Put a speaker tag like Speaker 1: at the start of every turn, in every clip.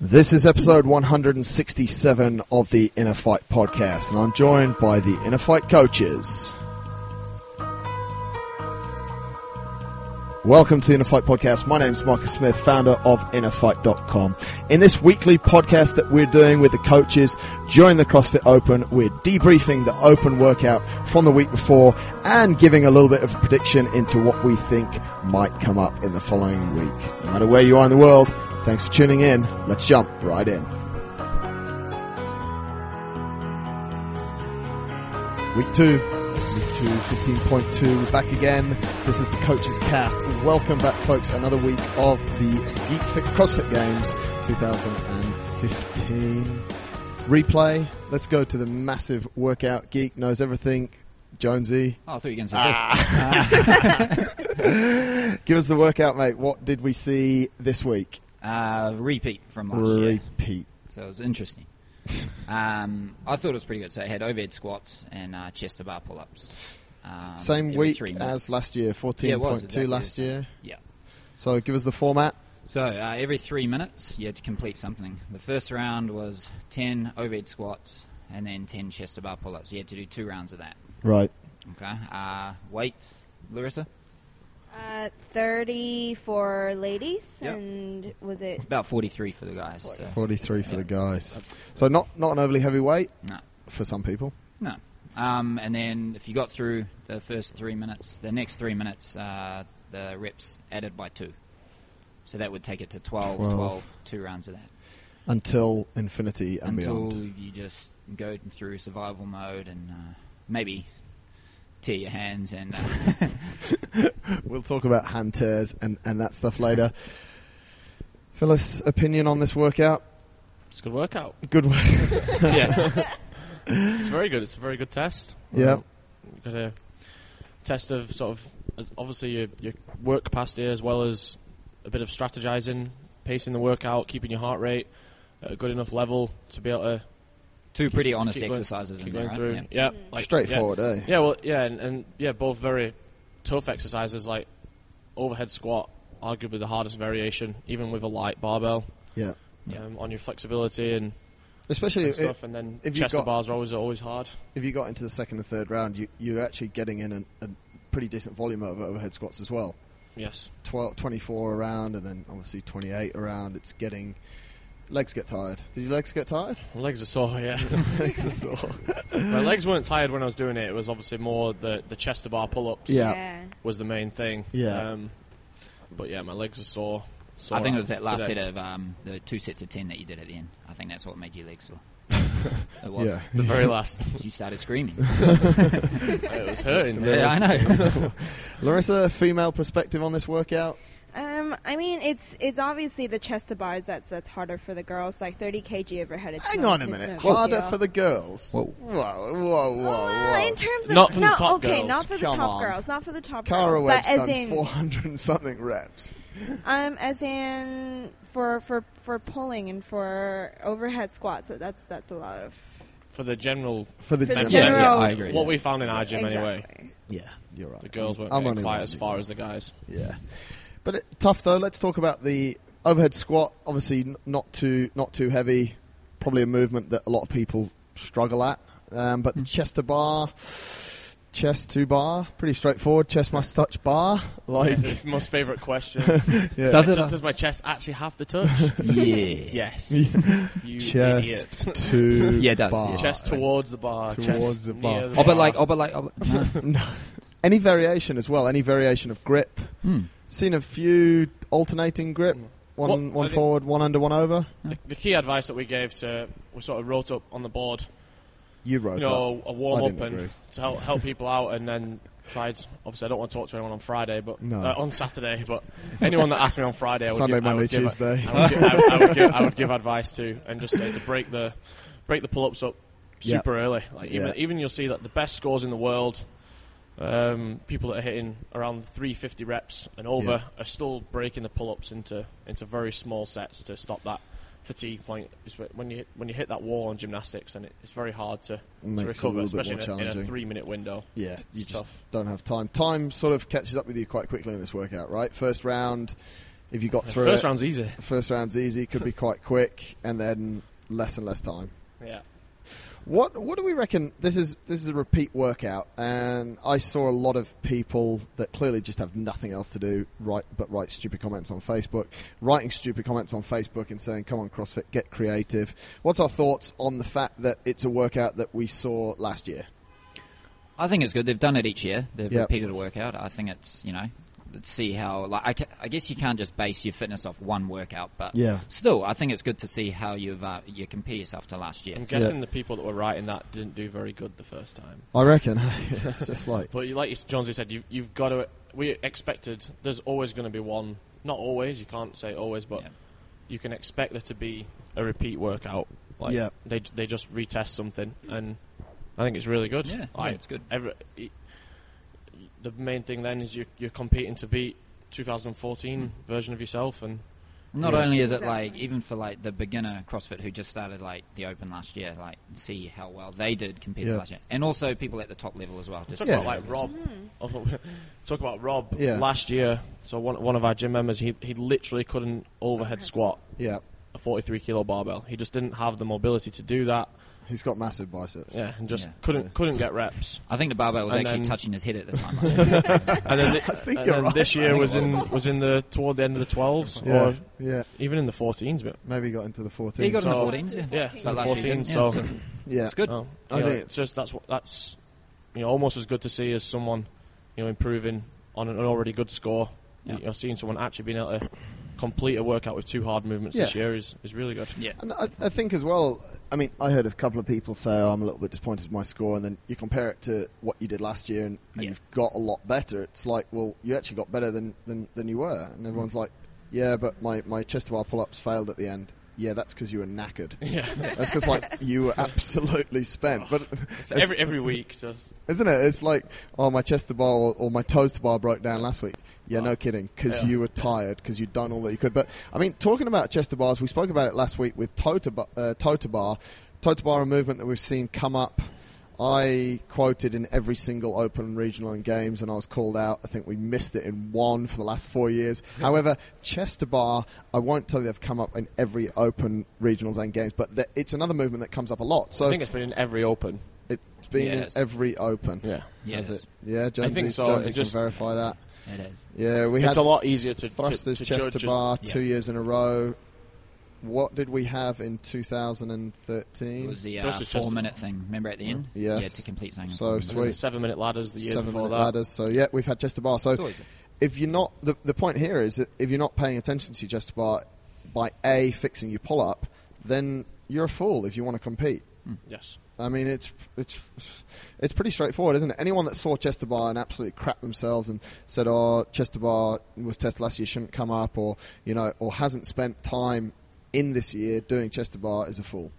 Speaker 1: This is episode 167 of the Inner Fight podcast, and I'm joined by the Inner Fight coaches. Welcome to the Inner Fight Podcast. My name's Marcus Smith, founder of InnerFight.com. In this weekly podcast that we're doing with the coaches during the CrossFit Open, we're debriefing the open workout from the week before and giving a little bit of a prediction into what we think might come up in the following week. No matter where you are in the world, thanks for tuning in. Let's jump right in. Week two, Week two, 15.2, we're back again. This is the Coaches Cast. Welcome back, folks. Another week of the Geek Fit CrossFit Games 2015 replay. Let's go to the massive workout geek, knows everything, Jonesy.
Speaker 2: Oh, I thought you were going to say
Speaker 1: Give us the workout, mate. What did we see this week?
Speaker 2: Phil. uh, repeat from last year.
Speaker 1: Repeat.
Speaker 2: So it was interesting. um, I thought it was pretty good. So it had overhead squats and uh, chest to bar pull ups. Um,
Speaker 1: Same
Speaker 2: every
Speaker 1: week
Speaker 2: three minutes.
Speaker 1: as last year, 14.2
Speaker 2: Yeah, it was exactly the
Speaker 1: last
Speaker 2: same.
Speaker 1: year.
Speaker 2: Yeah.
Speaker 1: So give us the format.
Speaker 2: So uh, every three minutes, you had to complete something. The first round was 10 overhead squats and then 10 chest to bar pull ups. You had to do two rounds of that.
Speaker 1: Right.
Speaker 2: Okay. Uh, weight, Larissa?
Speaker 3: Uh, 30 for ladies,
Speaker 2: Yep.
Speaker 3: and was it?
Speaker 2: About 43 for the guys. So.
Speaker 1: 43 for the guys. So not, not an overly heavy weight
Speaker 2: No.
Speaker 1: for some people.
Speaker 2: No. Um, and then if you got through the first three minutes, the next three minutes, uh, the reps added by two. So that would take it to 12, 12,
Speaker 1: Twelve.
Speaker 2: two rounds of that.
Speaker 1: until infinity and
Speaker 2: until
Speaker 1: beyond.
Speaker 2: you just go through survival mode and uh, maybe tear your hands and. Uh,
Speaker 1: We'll talk about hand tears and, and that stuff later. Phyllis, opinion on this workout?
Speaker 4: It's a good workout.
Speaker 1: Good work.
Speaker 4: yeah. it's very good. It's a very good test.
Speaker 1: Yeah.
Speaker 4: Um, You've got a test of sort of as- obviously your, your work capacity as well as a bit of strategizing, pacing the workout, keeping your heart rate at a good enough level to be able to
Speaker 2: two pretty honest
Speaker 4: keep going-
Speaker 2: exercises
Speaker 4: keep
Speaker 2: in there,
Speaker 4: going
Speaker 2: right?
Speaker 4: through.
Speaker 2: Yeah.
Speaker 4: Yeah, like-
Speaker 1: Straightforward, eh?
Speaker 4: Yeah. yeah, well, yeah, and, and yeah, both very tough exercises like overhead squat, arguably the hardest variation, even with a light barbell.
Speaker 1: Yeah.
Speaker 2: Yeah.
Speaker 4: Um, on your flexibility and,
Speaker 1: Especially
Speaker 4: and
Speaker 1: if,
Speaker 4: stuff, and then
Speaker 1: if you've
Speaker 4: chest to
Speaker 1: got-
Speaker 4: bars are always always hard.
Speaker 1: if you got into the second and third round, you, you're actually getting in an, a pretty decent volume of overhead squats as well.
Speaker 4: Yes.
Speaker 1: 12, 24 around and then obviously 28 around. It's getting. Legs get tired. Did your legs get tired?
Speaker 4: My legs are sore, yeah.
Speaker 1: legs are sore.
Speaker 4: My legs weren't tired when I was doing it. It was obviously more the the chest to bar pull ups.
Speaker 1: Yeah.
Speaker 4: was the main thing.
Speaker 1: Yeah.
Speaker 4: Um, but yeah, my legs are sore. sore
Speaker 2: I think it
Speaker 4: out
Speaker 2: was that last
Speaker 4: today.
Speaker 2: set of um, the two sets of 10 that you did at the end. I think that's what made your legs sore. it was.
Speaker 1: Yeah.
Speaker 4: The very last.
Speaker 2: You started screaming.
Speaker 4: it was hurting.
Speaker 2: yeah, I know.
Speaker 1: Larissa, female perspective on this workout?
Speaker 3: Um, I mean, it's it's obviously the chest to bars that's that's harder for the girls. Like 30 kg overhead. It's
Speaker 1: Hang
Speaker 3: no-
Speaker 1: on a
Speaker 3: it's
Speaker 1: minute.
Speaker 3: no big
Speaker 1: Harder
Speaker 3: deal.
Speaker 1: for the girls.
Speaker 2: Whoa.
Speaker 1: Whoa, whoa, whoa,
Speaker 3: Well,
Speaker 1: whoa.
Speaker 3: in terms of
Speaker 4: Not for the
Speaker 3: no,
Speaker 4: top
Speaker 3: okay,
Speaker 4: girls.
Speaker 3: not for the
Speaker 1: Come
Speaker 3: top
Speaker 1: on.
Speaker 3: girls, not for the top
Speaker 1: Kara
Speaker 3: girls,
Speaker 1: Webb's
Speaker 3: but as
Speaker 1: done
Speaker 3: in,
Speaker 1: 400 and something reps.
Speaker 3: um, as in for for for pulling and for overhead squats. that- That's that's a lot of
Speaker 4: For the general,
Speaker 1: For the
Speaker 3: for the
Speaker 4: Yeah,
Speaker 1: gym.
Speaker 4: general-
Speaker 3: general.
Speaker 2: I agree.
Speaker 4: what we found in our gym anyway,
Speaker 3: Exactly.
Speaker 1: Yeah, you're right.
Speaker 4: the girls weren't
Speaker 1: I'm
Speaker 4: getting
Speaker 1: only
Speaker 4: quite
Speaker 1: right,
Speaker 4: as
Speaker 1: you're
Speaker 4: far
Speaker 1: right.
Speaker 4: as the guys.
Speaker 1: Yeah. But it, tough though. Let's talk about the overhead squat. Obviously, n- not too not too heavy. Probably a movement that a lot of people struggle at. Um, but the chest to bar, chest to bar, pretty straightforward. Chest must touch bar. Like,
Speaker 4: The most favourite question:
Speaker 1: yeah.
Speaker 2: Does it?
Speaker 4: Does my chest actually have to touch?
Speaker 2: yeah.
Speaker 4: yes. you
Speaker 1: chest
Speaker 4: idiot.
Speaker 1: to
Speaker 2: Yeah, it does,
Speaker 1: bar.
Speaker 2: yeah.
Speaker 4: Chest towards the bar.
Speaker 1: Towards
Speaker 4: chest
Speaker 1: the bar.
Speaker 4: near
Speaker 2: Ah. Oh, but like,
Speaker 4: bar.
Speaker 2: oh, but like, oh, but, no.
Speaker 1: Any variation as well. Any variation of grip.
Speaker 2: Hmm.
Speaker 1: Seen a few alternating grip. One
Speaker 4: What- I
Speaker 1: one
Speaker 4: think-
Speaker 1: forward, one under, one over.
Speaker 4: the, the key advice that we gave to we sort of wrote up on the board
Speaker 1: You wrote
Speaker 4: you know, a warm
Speaker 1: I
Speaker 4: up
Speaker 1: didn't
Speaker 4: and
Speaker 1: agree.
Speaker 4: to help help people out, and then tried. Obviously, I don't want to talk to anyone on Friday, but
Speaker 1: No.
Speaker 4: uh, on Saturday. But anyone that asked me on Friday, I would
Speaker 1: Sunday,
Speaker 4: give, I
Speaker 1: Monday,
Speaker 4: would give-
Speaker 1: Tuesday.
Speaker 4: I would give- I would- I would give- I would give advice to, and just say to break the break the pull ups up
Speaker 1: Yeah.
Speaker 4: super early. Like
Speaker 1: Yeah.
Speaker 4: even even you'll see that the best scores in the world. Um, people that are hitting around 350 reps and over are still breaking the pull-ups into into very small sets to stop that fatigue point. It's wh- When you when you hit that wall on gymnastics, and it, it's very hard to
Speaker 1: Makes
Speaker 4: to
Speaker 1: it a
Speaker 4: recover,
Speaker 1: little bit
Speaker 4: especially
Speaker 1: more
Speaker 4: in a, in
Speaker 1: challenging.
Speaker 4: a three-minute window.
Speaker 1: Yeah, you
Speaker 4: It's
Speaker 1: just
Speaker 4: tough.
Speaker 1: don't have time. Time sort of catches up with you quite quickly in this workout, right? First round, if you got
Speaker 4: The
Speaker 1: through
Speaker 4: first
Speaker 1: it.
Speaker 4: round's easy.
Speaker 1: The first round's easy, could be quite quick, and then less and less time.
Speaker 4: Yeah.
Speaker 1: What what do we reckon? This is this is a repeat workout, and I saw a lot of people that clearly just have nothing else to do, right? But write stupid comments on Facebook, writing stupid comments on Facebook, and saying, "Come on, CrossFit, get creative." What's our thoughts on the fact that it's a workout that we saw last year?
Speaker 2: I think it's good. They've done it each year. They've
Speaker 1: Yep.
Speaker 2: repeated a workout. I think it's you know, let's see how. Like I, ca- I guess you can't just base your fitness off one workout, but
Speaker 1: Yeah.
Speaker 2: still, I think it's good to see how you've uh, you compare yourself to last year.
Speaker 4: I'm guessing the people that were writing that didn't do very good the first time.
Speaker 1: I reckon it's just like
Speaker 4: But you, like you- Jonesy said, you've, you've got to. We expected there's always going to be one. Not always. You can't say always, but
Speaker 2: Yeah.
Speaker 4: you can expect there to be a repeat workout. Like
Speaker 1: Yeah.
Speaker 4: they they just retest something, and I think it's really good.
Speaker 2: Yeah, yeah,
Speaker 4: Like,
Speaker 2: it's good.
Speaker 4: Every, y- y- the main thing then is you're, you're competing to beat 2014
Speaker 2: Mm.
Speaker 4: version of yourself, and
Speaker 2: Not
Speaker 1: Yeah.
Speaker 2: only is it
Speaker 3: Exactly.
Speaker 2: like even for like the beginner CrossFit who just started like the Open last year, like see how well they did compared
Speaker 1: Yeah.
Speaker 2: to last year, and also people at the top level as well. Just
Speaker 4: Talk
Speaker 1: Yeah.
Speaker 4: about like Rob. Talk about Rob
Speaker 1: Yeah.
Speaker 4: last year. So one one of our gym members, he he literally couldn't overhead squat
Speaker 1: yeah,
Speaker 4: a 43 kilo barbell. He just didn't have the mobility to do that.
Speaker 1: he's got massive biceps.
Speaker 4: Yeah, and just
Speaker 2: Yeah.
Speaker 4: couldn't
Speaker 1: Yeah.
Speaker 4: couldn't get reps.
Speaker 2: I think the barbell was
Speaker 4: And
Speaker 2: actually
Speaker 4: then-
Speaker 2: touching his head at the time. I think.
Speaker 4: And then, thi-
Speaker 1: think
Speaker 4: and
Speaker 1: you're
Speaker 4: then
Speaker 1: right.
Speaker 4: this year
Speaker 2: think
Speaker 4: was
Speaker 2: it was.
Speaker 4: in was in the toward the end of the 12s
Speaker 1: Yeah,
Speaker 4: or
Speaker 1: yeah.
Speaker 4: even in the 14s. But
Speaker 1: Maybe he got into the
Speaker 2: he
Speaker 1: fourteen.
Speaker 2: got in the
Speaker 4: So-
Speaker 2: 14s, yeah.
Speaker 4: yeah,
Speaker 2: Like
Speaker 4: so the
Speaker 2: last year,
Speaker 4: 14s.
Speaker 2: yeah.
Speaker 4: So
Speaker 1: yeah,
Speaker 2: It's good.
Speaker 4: Oh,
Speaker 1: I
Speaker 4: you
Speaker 1: think
Speaker 4: know, it's
Speaker 1: it's-
Speaker 4: just that's what that's you know almost as good to see as someone you know improving on an already good score.
Speaker 2: Yeah.
Speaker 4: You know, seeing someone actually being able to complete a workout with two hard movements this
Speaker 1: Yeah.
Speaker 4: year is, is really good.
Speaker 2: Yeah.
Speaker 1: And I, I think as well, I mean, I heard a couple of people say, oh, I'm a little bit disappointed with my score, and then you compare it to what you did last year, and, and
Speaker 2: Yeah.
Speaker 1: you've got a lot better. It's like, well, you actually got better than, than, than you were. And everyone's like, yeah, but my, my chest to bar pull ups failed at the end. Yeah, that's because you were knackered.
Speaker 4: Yeah,
Speaker 1: That's because like you were absolutely spent, but it's-
Speaker 4: every every week. So
Speaker 1: isn't it? It's like, oh, my chest to bar or, or my toes to bar broke down last week. Yeah,
Speaker 4: Oh.
Speaker 1: no kidding, because
Speaker 4: Yeah.
Speaker 1: you were tired, because you'd done all that you could. But I mean, talking about chest to bars, we spoke about it last week with toe to, bu- uh, toe to bar. Toe to bar, a movement that we've seen come up. I quoted in every single open regional and games, and I was called out. I think we missed it in one for the last four years. However, chest to bar, I won't tell you they've come up in every open regionals and games, but th- it's another movement that comes up a lot.
Speaker 4: I
Speaker 1: So
Speaker 4: think it's been in every open.
Speaker 1: it's been in
Speaker 2: Yes.
Speaker 1: every open.
Speaker 4: Yeah,
Speaker 1: Has
Speaker 2: Yes.
Speaker 1: it? Yeah, Jonesy,
Speaker 4: think so.
Speaker 1: Jonesy
Speaker 4: It just-
Speaker 1: can verify that.
Speaker 2: It is.
Speaker 1: Yeah, we
Speaker 4: it's
Speaker 1: had
Speaker 4: a lot easier to
Speaker 1: thrusters
Speaker 4: to, to
Speaker 1: chest
Speaker 4: judge
Speaker 1: to
Speaker 4: as-
Speaker 1: bar
Speaker 2: yeah.
Speaker 1: two years in a row. What did we have in 2013?
Speaker 2: It was the uh,
Speaker 4: Thrusters chest-
Speaker 2: four-minute thing. Remember at the end?
Speaker 1: Yes.
Speaker 2: Yeah, to complete something. in
Speaker 1: So
Speaker 2: four minutes.
Speaker 4: It was in
Speaker 1: sweet.
Speaker 4: seven minute ladders the year
Speaker 1: Seven
Speaker 4: before
Speaker 1: minute
Speaker 4: that.
Speaker 1: ladders. So yeah, we've had chest to bar.
Speaker 2: It's
Speaker 1: So
Speaker 2: always-
Speaker 1: if you're not the, the point here is that if you're not paying attention to your chest to bar by a fixing your pull up, then you're a fool if you want to compete.
Speaker 2: hmm.
Speaker 4: Yes,
Speaker 1: I mean, it's it's it's pretty straightforward, isn't it? Anyone that saw Chester Bar and absolutely crap themselves and said, "Oh, Chester Bar was tested last year, shouldn't come up," or you know, or hasn't spent time in this year doing Chester Bar is a fool.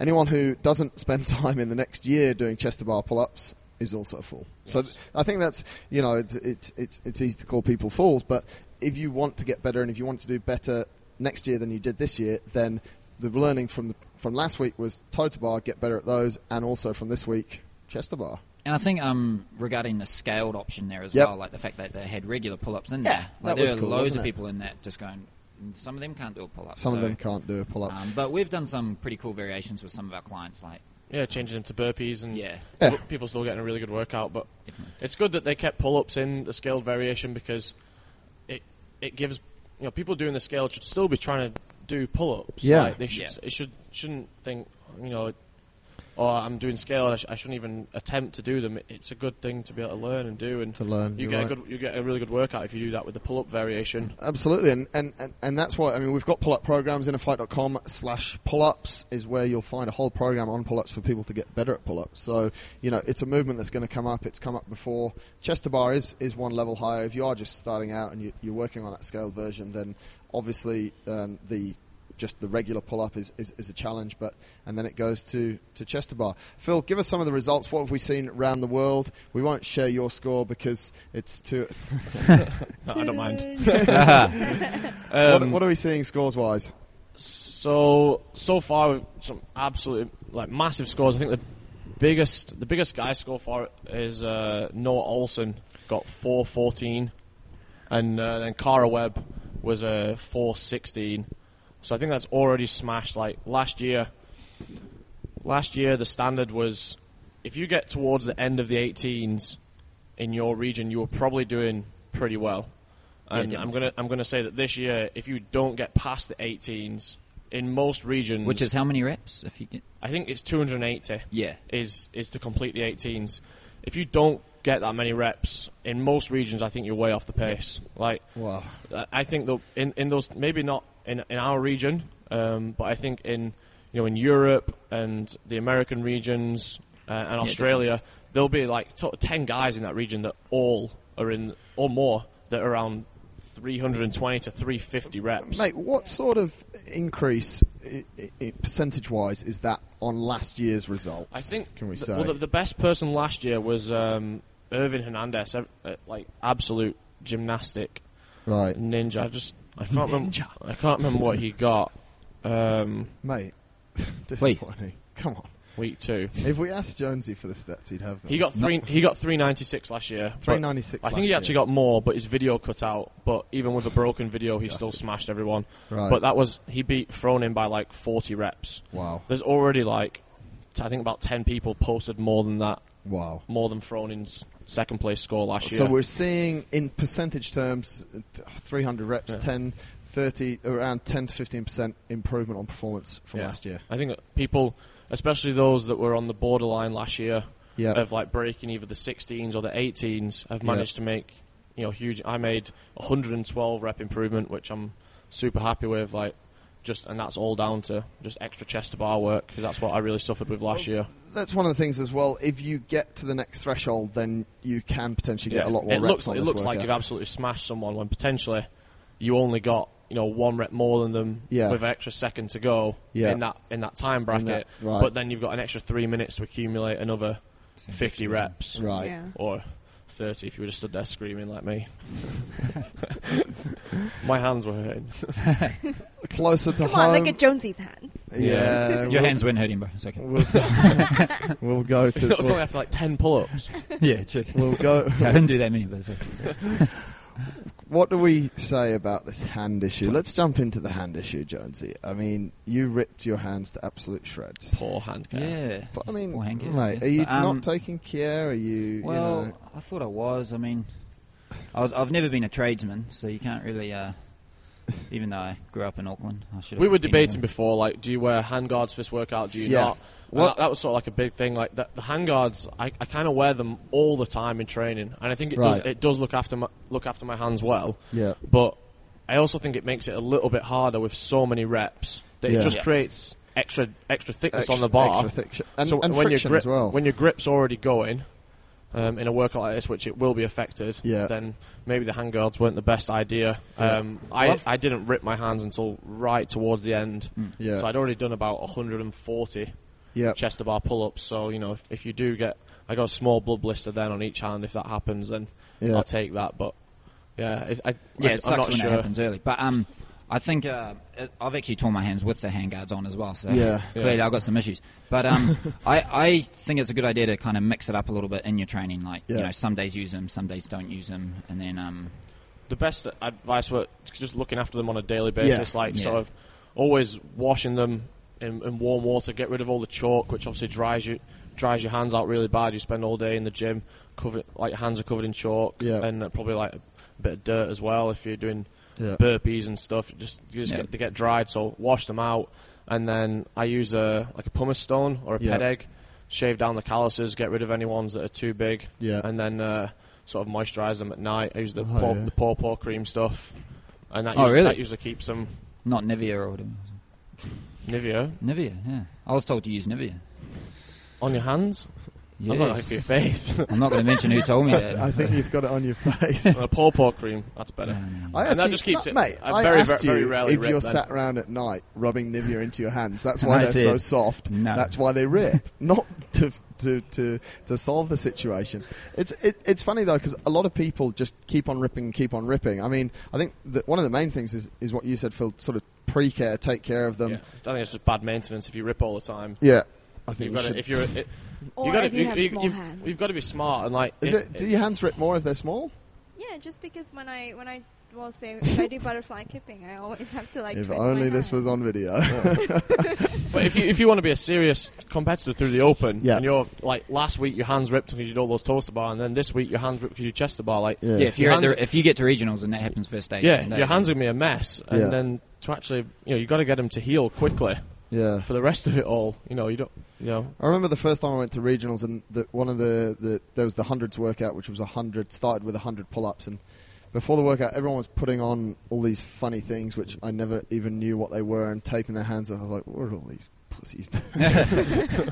Speaker 1: Anyone who doesn't spend time in the next year doing Chester Bar pull-ups is also a fool. So
Speaker 4: Yes.
Speaker 1: I think that's you know it's it's it's it's easy to call people fools, but if you want to get better and if you want to do better next year than you did this year, then the learning from the, from last week was toe to bar, get better at those, and also from this week, chest to bar.
Speaker 2: And I think um, regarding the scaled option there as
Speaker 1: Yep.
Speaker 2: well, like the fact that they had regular pull-ups in
Speaker 1: Yeah,
Speaker 2: there, like
Speaker 1: that
Speaker 2: there
Speaker 1: was
Speaker 2: are
Speaker 1: cool,
Speaker 2: loads
Speaker 1: wasn't
Speaker 2: of
Speaker 1: it?
Speaker 2: people in that just going. "Mm, Some of them can't do a pull-up.
Speaker 1: Some of
Speaker 2: so-
Speaker 1: them can't do a pull up.
Speaker 2: Um, but we've done some pretty cool variations with some of our clients, like
Speaker 4: yeah, changing them to burpees and
Speaker 2: yeah,
Speaker 1: Yeah.
Speaker 4: people still getting a really good workout. But
Speaker 2: Definitely.
Speaker 4: it's good that they kept pull ups in the scaled variation because it it gives you know people doing the scale should still be trying to do pull ups.
Speaker 1: Yeah.
Speaker 4: like, they should.
Speaker 2: Yeah.
Speaker 4: It should shouldn't think you know. Oh, I'm doing scale. I, sh- I shouldn't even attempt to do them. It- It's a good thing to be able to learn and do, and
Speaker 1: To learn,
Speaker 4: you
Speaker 1: you're
Speaker 4: get
Speaker 1: right.
Speaker 4: a good, you get a really good workout if you do that with the pull-up variation.
Speaker 1: Absolutely, and, and, and, and that's why I mean we've got pull up programs in a fight.com slash pull ups is where you'll find a whole program on pull ups for people to get better at pull ups. So you know it's a movement that's going to come up. It's come up before. Chest to bar is, is one level higher. If you are just starting out and you, you're working on that scaled version, then obviously um, the just the regular pull up is, is, is a challenge, but and then it goes to, to Chester Bar. Phil, give us some of the results. What have we seen around the world? We won't share your score because it's too.
Speaker 4: No, I don't mind.
Speaker 1: what, what are we seeing scores wise?
Speaker 4: So so far, we've some absolutely like massive scores. I think the biggest the biggest guy score for it is uh, Noah Olsen got four fourteen, and uh, then Cara Webb was a 416. So I think that's already smashed. Like last year, last year the standard was if you get towards the end of the 18s in your region, you were probably doing pretty well.
Speaker 2: Yeah,
Speaker 4: And I'm
Speaker 2: definitely.
Speaker 4: gonna I'm gonna say that this year, if you don't get past the 18s in most regions,
Speaker 2: Which is how many reps? If you get
Speaker 4: I think it's 280
Speaker 2: yeah,
Speaker 4: is is to complete the 18s. If you don't get that many reps in most regions, I think you're way off the pace. Like
Speaker 1: Wow.
Speaker 4: I I think though in, in those maybe not in, in our region, um, but I think in you know in Europe and the American regions uh, and Australia, there'll be like sort of ten guys in that region that all are in or more that are around 320 to 350 reps.
Speaker 1: Mate, what sort of increase, i- i- percentage wise, is that on last year's results?
Speaker 4: I think
Speaker 1: Can we
Speaker 4: th-
Speaker 1: say?
Speaker 4: well, the, the best person last year was um, Irvin Hernandez, ev- uh, like absolute gymnastic
Speaker 1: right.
Speaker 4: ninja. I just I can't remember. I can't remember what he got. Um,
Speaker 1: Mate, disappointing. Come on.
Speaker 4: week two.
Speaker 1: If we asked Jonesy for the stats, he'd have them.
Speaker 4: He got three. He got three ninety six last year. but
Speaker 1: 396.
Speaker 4: I think he actually got more, but his video cut out. But even with a broken video, he still
Speaker 1: Gutted.
Speaker 4: smashed everyone.
Speaker 1: got. Right.
Speaker 4: But that was he beat Fronin by like forty reps.
Speaker 1: wow.
Speaker 4: There's already like t- I think about ten people posted more than that,
Speaker 1: Wow.
Speaker 4: more than Fronin's second place score last year.
Speaker 1: So we're seeing, in percentage terms, uh, t- 300 reps,
Speaker 4: Yeah.
Speaker 1: 10, 30, around 10 to 15% improvement on performance from
Speaker 4: Yeah.
Speaker 1: last year.
Speaker 4: I think that people, especially those that were on the borderline last year
Speaker 1: Yeah.
Speaker 4: of like breaking either the 16s or the 18s, have
Speaker 1: Yeah.
Speaker 4: managed to make you know huge. I made 112 rep improvement, which I'm super happy with. Like just and that's all down to just extra chest to bar work because that's what I really suffered with last year.
Speaker 1: That's one of the things as well. If you get to the next threshold, then you can potentially get a lot more
Speaker 4: it
Speaker 1: reps.
Speaker 4: looks
Speaker 1: on
Speaker 4: it
Speaker 1: this
Speaker 4: looks like
Speaker 1: workout.
Speaker 4: you've absolutely smashed someone when potentially you only got you know one rep more than them
Speaker 1: Yeah.
Speaker 4: with an extra second to go
Speaker 1: Yeah.
Speaker 4: in that in that time bracket.
Speaker 1: that- right.
Speaker 4: But then you've got an extra three minutes to accumulate another fifty reps
Speaker 1: Right.
Speaker 3: Yeah.
Speaker 4: or thirty if you would have stood there screaming like me. My hands were hurting.
Speaker 1: Closer to
Speaker 3: Come
Speaker 1: home.
Speaker 3: on, look at Jonesy's hands.
Speaker 1: yeah.
Speaker 4: Yeah.
Speaker 2: your
Speaker 1: we'll-
Speaker 2: hands weren't hurting, bro. It's okay.
Speaker 1: We'll go, we'll go to.
Speaker 4: that was only
Speaker 1: We'll,
Speaker 4: after like ten pull-ups.
Speaker 2: yeah, true.
Speaker 1: we'll go.
Speaker 2: I didn't do that many, but it's okay.
Speaker 1: What do we say about this hand issue? Let's jump into the hand issue, Jonesy. I mean, you ripped your hands to absolute shreds.
Speaker 4: Poor hand care.
Speaker 2: yeah.
Speaker 1: But I mean,
Speaker 2: Poor hand care,
Speaker 1: mate,
Speaker 2: yeah.
Speaker 1: are you
Speaker 2: But, um,
Speaker 1: not taking care? Are you?
Speaker 2: Well,
Speaker 1: you know,
Speaker 2: I thought I was. I mean, I was. I've never been a tradesman, so you can't really. Uh, even though I grew up in Auckland, I should.
Speaker 4: We were debating before, like, do you wear handguards for this workout? Do you
Speaker 1: Yeah.
Speaker 4: not? And
Speaker 2: Well-
Speaker 4: that, that was sort of like a big thing. Like the, the handguards, I, I kind of wear them all the time in training, and I think it does
Speaker 1: Right.
Speaker 4: it does look after my, look after my hands well.
Speaker 1: yeah,
Speaker 4: But I also think it makes it a little bit harder with so many reps that
Speaker 1: Yeah.
Speaker 4: it just
Speaker 2: Yeah.
Speaker 4: creates extra extra thickness
Speaker 1: extra,
Speaker 4: on the bar.
Speaker 1: extra thick sh- and,
Speaker 4: so
Speaker 1: and
Speaker 4: when your
Speaker 1: friction
Speaker 4: grip
Speaker 1: as well.
Speaker 4: when your grip's already going um, in a workout like this, which it will be affected,
Speaker 1: Yeah.
Speaker 4: then maybe the handguards weren't the best idea.
Speaker 1: Yeah.
Speaker 4: Um,
Speaker 2: Well,
Speaker 4: I
Speaker 2: I've-
Speaker 4: I didn't rip my hands until right towards the end.
Speaker 1: Mm. yeah,
Speaker 4: So I'd already done about 140
Speaker 1: yeah,
Speaker 4: chest to bar pull-ups. So you know, if, if you do get, I got a small blood blister then on each hand. If that happens, then
Speaker 1: yeah.
Speaker 4: I'll take that. But yeah, it, I,
Speaker 2: Yeah,
Speaker 4: I,
Speaker 2: it
Speaker 4: I'm
Speaker 2: sucks
Speaker 4: not
Speaker 2: when
Speaker 4: sure.
Speaker 2: it happens early, but um, I think uh, it, I've actually torn my hands with the handguards on as well. So
Speaker 1: Yeah.
Speaker 2: clearly
Speaker 4: Yeah.
Speaker 2: I've got some issues. But um, I I think it's a good idea to kind of mix it up a little bit in your training. Like you
Speaker 1: Yeah.
Speaker 2: know, some days use them, some days don't use them, and then um,
Speaker 4: The best advice for just looking after them on a daily basis, like
Speaker 2: Yeah.
Speaker 4: sort of always washing them in, in warm water. Get rid of all the chalk, which obviously dries you dries your hands out really bad. You spend all day in the gym, covered like your hands are covered in chalk,
Speaker 1: Yeah.
Speaker 4: and uh, probably like a bit of dirt as well if you're doing
Speaker 1: yeah.
Speaker 4: burpees and stuff. You just you just
Speaker 2: Yeah.
Speaker 4: get, they get dried, so wash them out, and then I use a like a pumice stone or a
Speaker 1: Yeah.
Speaker 4: ped egg, shave down the calluses, get rid of any ones that are too big,
Speaker 1: Yeah.
Speaker 4: and then uh, sort of moisturize them at night. I use the
Speaker 1: Oh,
Speaker 4: paw,
Speaker 1: yeah.
Speaker 4: the paw paw cream stuff, and that
Speaker 2: Oh,
Speaker 4: usually,
Speaker 2: really?
Speaker 4: that usually keeps them
Speaker 2: not Nivea or whatever.
Speaker 4: Nivea
Speaker 2: Nivea. Yeah, I was told to use Nivea.
Speaker 4: on your hands. I was
Speaker 2: Yes.
Speaker 4: like, like your face.
Speaker 2: I'm not going to mention who told me that. uh,
Speaker 1: I think you've got it on your face.
Speaker 4: a paw paw cream. That's better.
Speaker 1: I
Speaker 4: And that
Speaker 1: actually-
Speaker 4: just keeps
Speaker 1: no,
Speaker 4: it-
Speaker 1: mate.
Speaker 4: I
Speaker 1: I
Speaker 4: very,
Speaker 1: asked
Speaker 4: very
Speaker 1: you
Speaker 4: rarely
Speaker 1: if
Speaker 4: rip
Speaker 1: you're
Speaker 4: then.
Speaker 1: sat around at night rubbing Nivea into your hands. That's
Speaker 2: And
Speaker 1: why
Speaker 2: I
Speaker 1: they're so
Speaker 2: said,
Speaker 1: soft.
Speaker 2: No.
Speaker 1: That's why they rip. Not to to to to solve the situation. It's it, it's funny though because a lot of people just keep on ripping, keep on ripping. I mean, I think that one of the main things is is what you said, Phil. Sort of pre-care, take care of them.
Speaker 4: Yeah. I think it's just bad maintenance if you rip all the time.
Speaker 1: Yeah, I think
Speaker 4: You've
Speaker 1: you
Speaker 4: got
Speaker 1: should-
Speaker 4: to, if you're, it,
Speaker 3: Or
Speaker 4: you gotta,
Speaker 3: if you have small
Speaker 4: you've,
Speaker 3: hands.
Speaker 4: you've got to be smart and like.
Speaker 1: Is
Speaker 4: if-
Speaker 1: it, do your hands rip more if they're small?
Speaker 3: Yeah, just because when I when I well, say if I do butterfly kipping, I always have to like.
Speaker 1: if
Speaker 3: twist
Speaker 1: only
Speaker 3: my
Speaker 1: this
Speaker 3: hand.
Speaker 1: was on video.
Speaker 4: But if you if you want to be a serious competitor through the open,
Speaker 1: Yeah.
Speaker 4: and you're like last week your hands ripped because you did all those toaster bar, and then this week your hands ripped because you chest the bar, like
Speaker 1: Yeah.
Speaker 2: Yeah, if you're
Speaker 4: Your
Speaker 2: at the,
Speaker 4: hands-
Speaker 2: if you get to regionals and that happens first stage,
Speaker 4: yeah,
Speaker 2: then
Speaker 4: your
Speaker 2: they-
Speaker 4: hands are gonna be a mess, and
Speaker 1: Yeah.
Speaker 4: then to actually you know you got to get them to heal quickly
Speaker 1: yeah.
Speaker 4: for the rest of it all. You know you don't you know
Speaker 1: I remember the first time I went to regionals, and the, one of the, the there was the hundreds workout, which was a hundred started with a hundred pull-ups, and before the workout, everyone was putting on all these funny things, which I never even knew what they were, and taping their hands. up. I was like, "What are all these pussies?" doing?"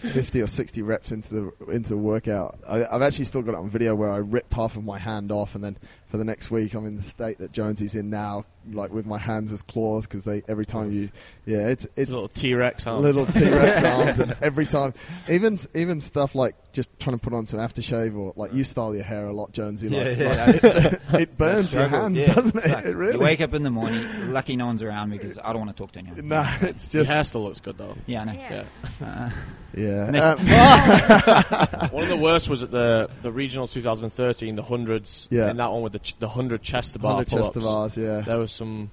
Speaker 1: Fifty or sixty reps into the into the workout. I, I've actually still got it on video where I ripped half of my hand off, and then for the next week, I'm in the state that Jonesy's in now, like with my hands as claws, because they every time you, yeah, it's
Speaker 4: it's
Speaker 1: it's
Speaker 4: little T Rex arms.
Speaker 1: little T Rex arms, and every time, even even stuff like just trying to put on some aftershave or like you style your hair a lot, Jonesy. Like,
Speaker 2: Yeah, yeah,
Speaker 1: like,
Speaker 2: that's-
Speaker 1: it's- it burns your
Speaker 2: Struggle.
Speaker 1: hands,
Speaker 2: Yeah,
Speaker 1: doesn't it?
Speaker 2: sucks.
Speaker 1: It really.
Speaker 2: You wake up in the morning, lucky no one's around me because I don't want to talk to anyone.
Speaker 1: no, it's
Speaker 4: Your
Speaker 1: just
Speaker 4: hair still looks good though.
Speaker 2: Yeah, I know.
Speaker 3: Yeah.
Speaker 2: Uh,
Speaker 1: yeah.
Speaker 2: Next-
Speaker 1: Um,
Speaker 4: One of the worst was at the the regionals 2013, the hundreds,
Speaker 1: Yeah.
Speaker 4: and that one with the ch- the hundred chest to bar
Speaker 1: 100
Speaker 4: pull-ups.
Speaker 1: chest of ours, yeah.
Speaker 4: There was some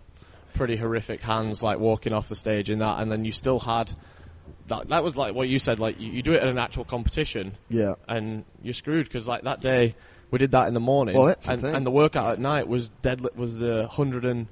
Speaker 4: pretty horrific hands like walking off the stage in that, and then you still had that. That was like what you said, like you, you do it at an actual competition,
Speaker 1: Yeah.
Speaker 4: and you're screwed because like that day we did that in the morning,
Speaker 1: Well, that's the
Speaker 4: and,
Speaker 1: thing.
Speaker 4: and the workout at night was deadlift was the hundred and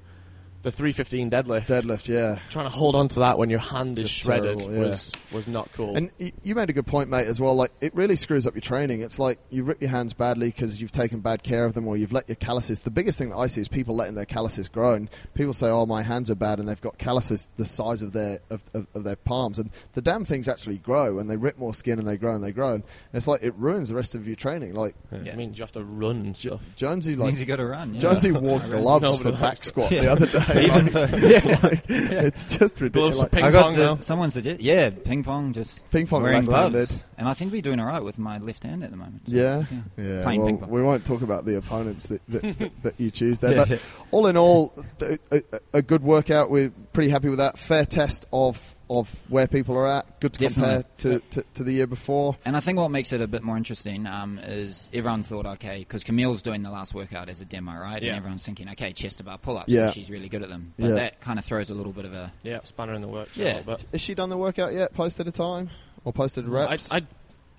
Speaker 4: the 315 deadlift.
Speaker 1: Deadlift, yeah.
Speaker 4: Trying to hold on to that when your hand is
Speaker 1: Just
Speaker 4: shredded
Speaker 1: terrible, yeah.
Speaker 4: was was not cool.
Speaker 1: And y- you made a good point, mate, as well. Like it really screws up your training. It's like you rip your hands badly because you've taken bad care of them, or you've let your calluses. The biggest thing that I see is people letting their calluses grow. And people say, "Oh, my hands are bad," and they've got calluses the size of their of, of, of their palms. And the damn things actually grow, and they rip more skin, and they grow, and they grow. And it's like it ruins the rest of your training. Like
Speaker 4: I mean, you have to run and
Speaker 1: J-
Speaker 4: stuff.
Speaker 1: Jonesy, like
Speaker 2: means you got to run. Yeah.
Speaker 1: Jonesy wore gloves
Speaker 4: Nobody
Speaker 1: for
Speaker 4: likes
Speaker 1: back
Speaker 4: it.
Speaker 1: squat the
Speaker 2: Yeah.
Speaker 1: other day.
Speaker 2: Even
Speaker 1: Like,
Speaker 2: for-
Speaker 1: yeah, like, it's just ridiculous.
Speaker 4: Gloves for
Speaker 1: Like,
Speaker 4: ping
Speaker 2: I got
Speaker 4: pong
Speaker 2: the,
Speaker 4: now.
Speaker 2: someone suggested. Yeah, ping pong. Just
Speaker 1: Ping pong
Speaker 2: wearing
Speaker 1: left-handed.
Speaker 2: gloves, and I seem to be doing all right with my left hand at the moment. so
Speaker 1: Yeah,
Speaker 2: it's okay.
Speaker 1: yeah.
Speaker 2: Playing
Speaker 1: well,
Speaker 2: ping pong.
Speaker 1: we won't talk about the opponents that that, that- that you choose there.
Speaker 2: Yeah.
Speaker 1: But all in all, a, a, a good workout. We're pretty happy with that. Fair test of of where people are at. Good to compare to,
Speaker 4: Definitely.
Speaker 1: to, to the year before.
Speaker 2: And I think what makes it a bit more interesting um, is everyone thought, okay, because Camille's doing the last workout as a demo, right?
Speaker 4: Yeah.
Speaker 2: And everyone's thinking, okay, chest to bar pull ups.
Speaker 1: Yeah.
Speaker 2: She's really good at them. But
Speaker 1: Yeah.
Speaker 2: that kind of throws a little bit of a.
Speaker 4: Yeah, spanner in the works.
Speaker 2: Yeah.
Speaker 4: a little bit.
Speaker 1: Has she done the workout yet? Posted a time or posted a
Speaker 4: Mm, I,
Speaker 1: reps,
Speaker 4: I,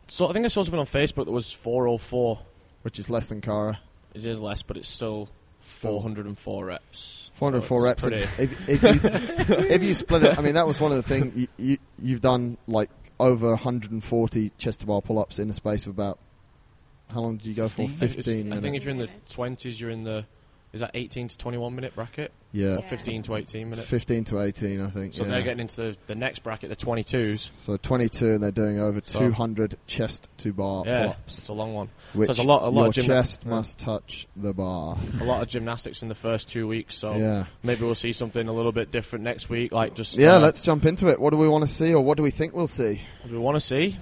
Speaker 4: so I think I saw something on Facebook that was 404.
Speaker 1: which is less than Cara.
Speaker 4: It is less, but it's still 404 reps.
Speaker 1: Four hundred four
Speaker 4: So
Speaker 1: reps.
Speaker 4: it's
Speaker 1: and
Speaker 4: Pretty,
Speaker 1: If, if, you, if you split it, I mean, that was one of the things you, you, you've done like over 140 chest to bar pull ups in a space of about. How long did you go for?
Speaker 2: 15?
Speaker 4: I think it's-
Speaker 1: 15
Speaker 4: I
Speaker 1: minutes.
Speaker 4: think if you're in the 20s, you're in the is that 18 to 21 minute bracket
Speaker 1: yeah.
Speaker 4: or
Speaker 3: Yeah.
Speaker 4: 15 to 18 minute.
Speaker 1: 15 to 18, I think.
Speaker 4: So
Speaker 1: yeah.
Speaker 4: they're getting into the, the next bracket, the 22s.
Speaker 1: so 22, and they're doing over
Speaker 4: So-
Speaker 1: 200 chest to bar
Speaker 4: Yeah,
Speaker 1: pull-ups,
Speaker 4: it's a long one.
Speaker 1: which
Speaker 4: it's a lot- a lot
Speaker 1: your
Speaker 4: of gymna-
Speaker 1: chest
Speaker 4: yeah.
Speaker 1: must touch the bar.
Speaker 4: A lot of gymnastics in the first two weeks, so uh,
Speaker 1: Yeah,
Speaker 4: maybe we'll see something a little bit different next week. Like just
Speaker 1: yeah.
Speaker 4: uh,
Speaker 1: Let's jump into it. What do we want to see, or what do we think we'll see?
Speaker 4: what do we want to see.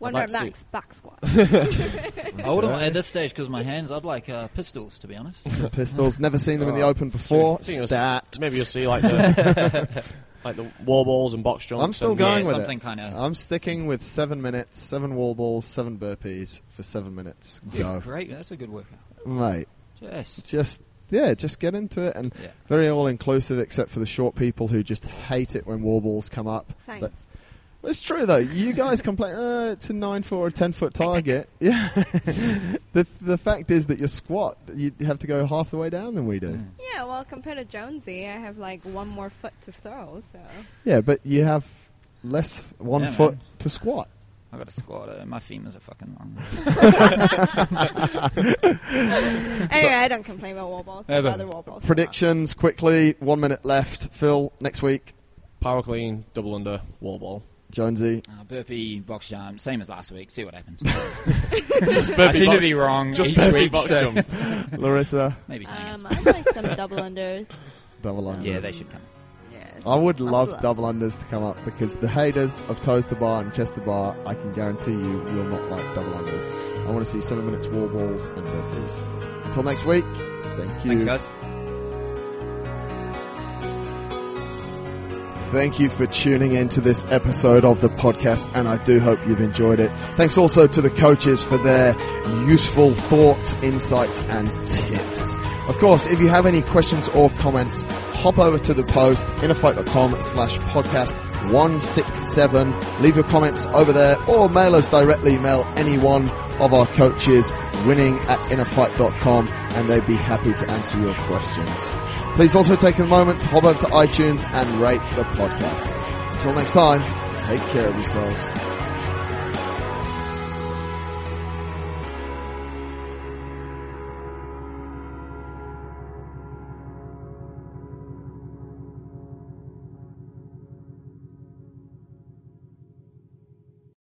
Speaker 3: One
Speaker 4: like to see-
Speaker 3: relax back squat.
Speaker 2: I wouldn't at this stage because my hands. I'd like uh, pistols, to be honest.
Speaker 1: Some pistols. Never seen them in the
Speaker 4: Oh,
Speaker 1: open before.
Speaker 4: I think it was-
Speaker 1: Stat.
Speaker 4: Maybe you'll see like the like the wall balls and box jumps.
Speaker 1: I'm still
Speaker 4: and-
Speaker 1: going
Speaker 2: yeah,
Speaker 1: with it.
Speaker 2: something kind of.
Speaker 1: I'm sticking with seven minutes, seven wall balls, seven burpees for seven minutes. Go,
Speaker 2: Great, that's a good workout.
Speaker 1: mate.
Speaker 2: Yes.
Speaker 1: Just yeah, just get into it and
Speaker 2: Yeah.
Speaker 1: very all inclusive, except for the short people who just hate it when wall balls come up.
Speaker 3: Thanks.
Speaker 1: But It's true though. You guys complain. Uh, it's a nine foot or a ten foot target. Yeah. the the fact is that your squat you have to go half the way down than we do.
Speaker 2: Mm.
Speaker 3: yeah, well, compared to Jonesy, I have like one more foot to throw, so
Speaker 1: Yeah, but you have less one
Speaker 2: Yeah,
Speaker 1: foot
Speaker 2: man.
Speaker 1: to squat.
Speaker 2: I got a squat. Uh, my femurs are fucking long.
Speaker 3: anyway, I don't complain about wall balls.
Speaker 2: Yeah,
Speaker 3: I
Speaker 2: but-
Speaker 3: other wall balls.
Speaker 1: Predictions quickly. One minute left. Phil next week.
Speaker 4: Power clean, double under, wall ball.
Speaker 1: Jonesy.
Speaker 2: Uh, burpee, box jump, same as last week. See what happens.
Speaker 4: Just
Speaker 2: I seem to be wrong each week. so
Speaker 4: jumps.
Speaker 1: Larissa.
Speaker 2: Maybe something
Speaker 3: Um,
Speaker 2: else.
Speaker 3: I like some double unders.
Speaker 1: Double unders.
Speaker 2: Yeah, they should come.
Speaker 3: Yeah,
Speaker 1: I
Speaker 3: some
Speaker 1: would
Speaker 3: muscle
Speaker 1: love
Speaker 3: ups.
Speaker 1: double unders to come up because the haters of Toaster Bar and Chester Bar, I can guarantee you, will not like double unders. I want to see seven minutes wall balls and burpees. Until next week, thank you.
Speaker 2: Thanks, guys.
Speaker 1: Thank you for tuning in to this episode of the podcast, and I do hope you've enjoyed it. Thanks also to the coaches for their useful thoughts, insights, and tips. Of course, if you have any questions or comments, hop over to the post, innerfight.com slash podcast 167. Leave your comments over there or mail us directly. Mail any one of our coaches winning at innerfight.com and they'd be happy to answer your questions. Please also take a moment to hop over to iTunes and rate the podcast. Until next time, take care of yourselves.